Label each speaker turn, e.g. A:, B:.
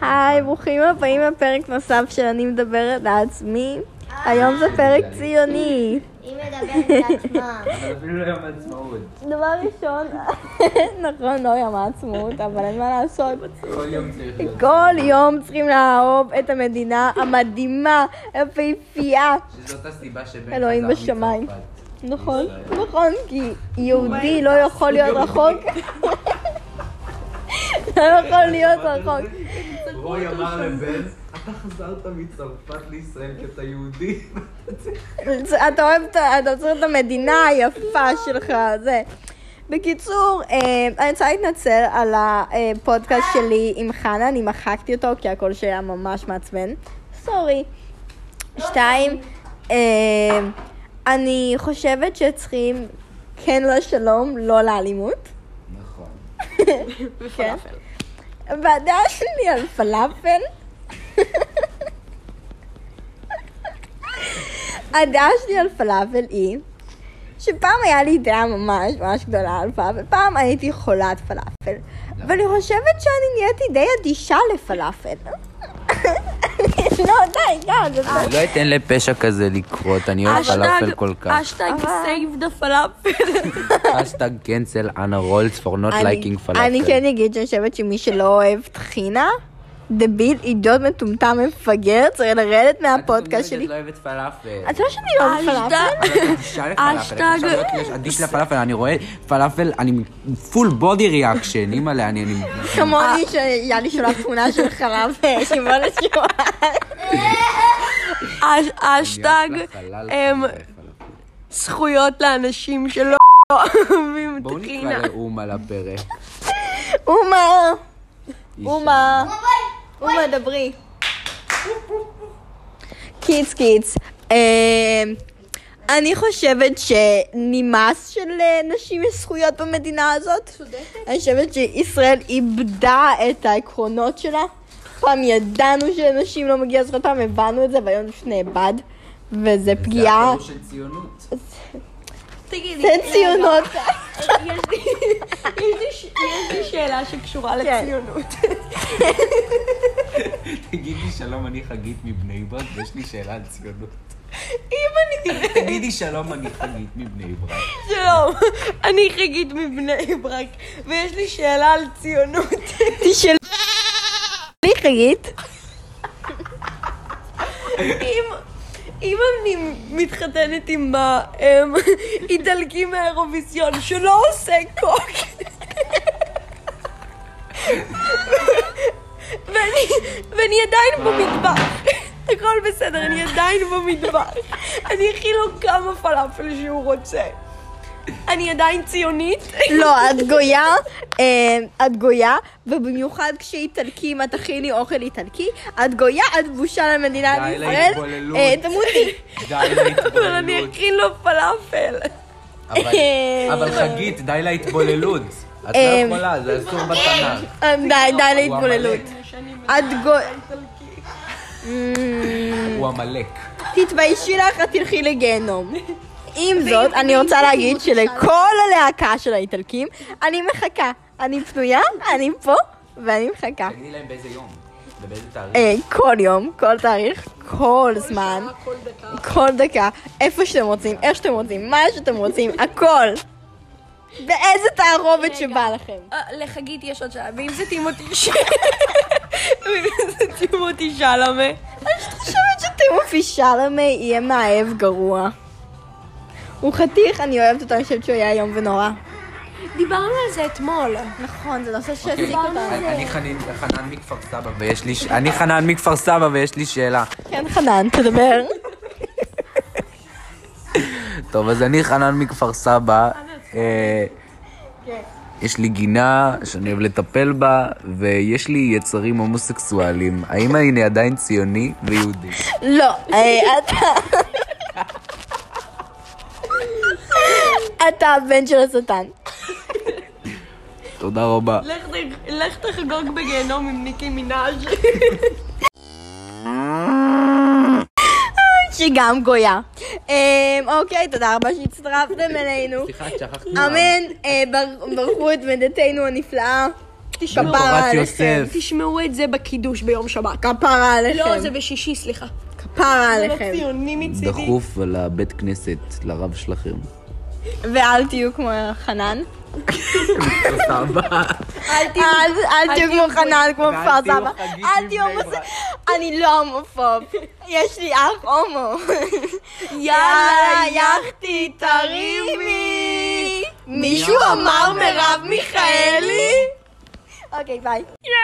A: היי, ברוכים הבאים לפרק נוסף של אני מדברת לעצמי. היום זה פרק ציוני.
B: היא מדברת לעצמה.
C: אבל אפילו לא יום העצמאות.
A: דבר ראשון, נכון, לא יום העצמאות, אבל אין מה לעשות.
C: כל יום צריך להיות.
A: כל יום צריכים לאהוב את המדינה המדהימה, היפהפייה.
C: שזאת הסיבה שבן
A: אלוהים
C: חזר
A: בשמיים.
C: מצרפת.
A: נכון, נכון, כי יהודי לא יכול להיות רחוק. לא יכול להיות רחוק.
C: רוי אמר לבן, אתה חזרת מצרפת לישראל כי אתה יהודי.
A: אתה אוהב, את ה- אתה צריך את המדינה היפה שלך, זה. בקיצור, אה, אני רוצה להתנצל על הפודקאסט שלי עם חנה, אני מחקתי אותו כי הקול שלי היה ממש מעצבן. סורי. שתיים, אה, אני חושבת שצריכים כן לשלום, לא לאלימות.
C: נכון.
A: כן. והדעה שלי על פלאפל. הדעה שלי על פלאפל היא שפעם היה לי דעה ממש ממש גדולה על פלאפל, פעם הייתי חולת פלאפל. ואני חושבת שאני נהייתי די אדישה לפלאפל. לא, די, גם, זה
C: אני לא אתן לפשע כזה לקרות, אני אוהב פלאפל כל כך.
D: אשטג סייב דה פלאפל.
C: אשטג קנסל אנה רולס for not
A: אני-
C: liking פלאפל.
A: אני כן אגיד שאני חושבת שמי שלא אוהב טחינה, דביל, עידוד מטומטם מפגר, צריך לרדת מהפודקאסט שלי.
C: את לא אוהבת פלאפל.
A: את לא שאני לא אוהבת פלאפל.
C: אבל את אדישה לפלאפל, את
D: אשטג-
C: אפשר להיות יש אדיש לפלאפל, אני רואה פלאפל, אני פול בודי ריאקשן, אימא'לה, אני... אני-
A: כמוני שהיה לי שולח תמונה של חלב אה, שמעון השואה.
D: אשטג
C: אני אף לחלל
D: אמ,
C: שאני אוהב פלאפל.
D: זכויות לאנשים שלא אוהבים
C: בואו
D: טחינה.
C: נקרא לאום על הפרק.
A: אומה,
C: אישה.
A: אומה, אומה דברי. קיץ קיץ, אה, אני חושבת שנמאס של אה, נשים יש זכויות במדינה הזאת. אני חושבת שישראל איבדה את העקרונות שלה. פעם ידענו שלנשים לא מגיע זכויות, פעם הבנו את זה והיום זה פשוט נאבד. וזה פגיעה,
C: זה הפירוש של ציונות.
D: תגידי,
A: זה ציונות.
D: יש לי- יש לי ש- יש לי שאלה שקשורה
A: כן.
D: לציונות.
C: תגידי שלום, אני חגית מבני ברק, ויש לי שאלה על ציונות.
D: אם אני...
C: תגידי שלום, אני חגית מבני ברק.
D: שלום, אני חגית מבני ברק, ויש לי שאלה על ציונות.
A: תשאלי חגית.
D: אם... אם אני מתחתנת עם האיטלקי מהאירוויסיון שלא עושה קוק ואני, ואני עדיין במטבח הכל בסדר, אני עדיין במטבח אני אכיל לו כמה פלאפל שהוא רוצה אני עדיין ציונית
A: לא, את גויה, אה, את גויה, ובמיוחד כשאיטלקים, את תכיני אוכל איטלקי, את גויה, את בושה למדינה
C: די
A: בישראל.
C: להתבוללות.
A: אה, תמותי.
C: די
D: אבל אני
C: להתבוללות.
D: אכיל לו פלאפל
C: אבל- אבל חגית, די להתבוללות. את לא
D: אה,
A: אמ,
C: יכולה, זה אסור בתנ"ך.
A: אה, די, די להתבוללות.
C: הוא
A: את גויה...
D: אה.
C: הוא עמלק.
A: תתביישי לך, את תלכי לגיהנום. עם זאת, אני רוצה להגיד שלכל הלהקה של האיטלקים, אני מחכה. אני פנויה, אני פה, ואני מחכה.
C: תגידי להם באיזה יום. ובאיזה תאריך.
A: אה, כל יום, כל תאריך, כל זמן, כל דקה, איפה שאתם רוצים, איך שאתם רוצים, מה שאתם רוצים, הכל. באיזה תערובת שבא לכם.
D: אה, לחגית יש עוד שאלה, ואם זה טימותי ש... ואם זה אה? טימותי שלמה?
A: אני חושבת E שטימופי שלמה יהיה מאהב גרוע. הוא חתיך, אני אוהבת אותו, אני חושבת שהוא היה איום ונורא.
D: דיברנו על זה אתמול.
A: נכון, זה נושא
C: אוקיי,
A: שהציג אותנו.
C: אני חנין- חנן מכפר סבא ויש לי... ש- אני חנן מכפר סבא ויש לי שאלה.
A: כן, חנן, תדבר.
C: טוב, אז אני חנן מכפר סבא. אה, יש לי גינה שאני אוהב לטפל בה, ויש לי יצרים הומוסקסואליים. האם אני עדיין ציוני ויהודי?
A: לא, אה, אתה... אתה הבן של השטן.
C: תודה רבה.
D: לך ת- לך תחגוג בגיהנום עם ניקי מנאז'.
A: שגם גויה. אה, אוקיי, תודה רבה שהצטרפתם אלינו.
C: סליחה, את שכחת
A: אמן, אה, בר- ברכו את מדתנו הנפלאה.
D: תשמעו,
A: כפרה
C: בתורת
A: עליכם.
C: יוסף.
D: תשמעו את זה בקידוש ביום שבת.
A: כפרה עליכם.
D: לא, זה בשישי, סליחה.
A: כפרה
D: זה לא
A: עליכם.
D: ציוני מצידי.
C: דחוף על הבית כנסת לרב שלכם.
A: ואל תהיו כמו חנן.
C: סבבה.
D: אל תהיו-
A: אל אל תהיו כמו חנן, כמו
E: ואל
A: כפר
E: תהיו
A: סבא.
E: חגים
A: אל תהיו
E: בני
A: הומוס...
E: ברק.
A: אני לא הומופוב. יש לי אח הומו.
D: יאללה,
A: יאכטי, תרימי. מישהו אמר מרב מיכאלי? אוקיי, ביי.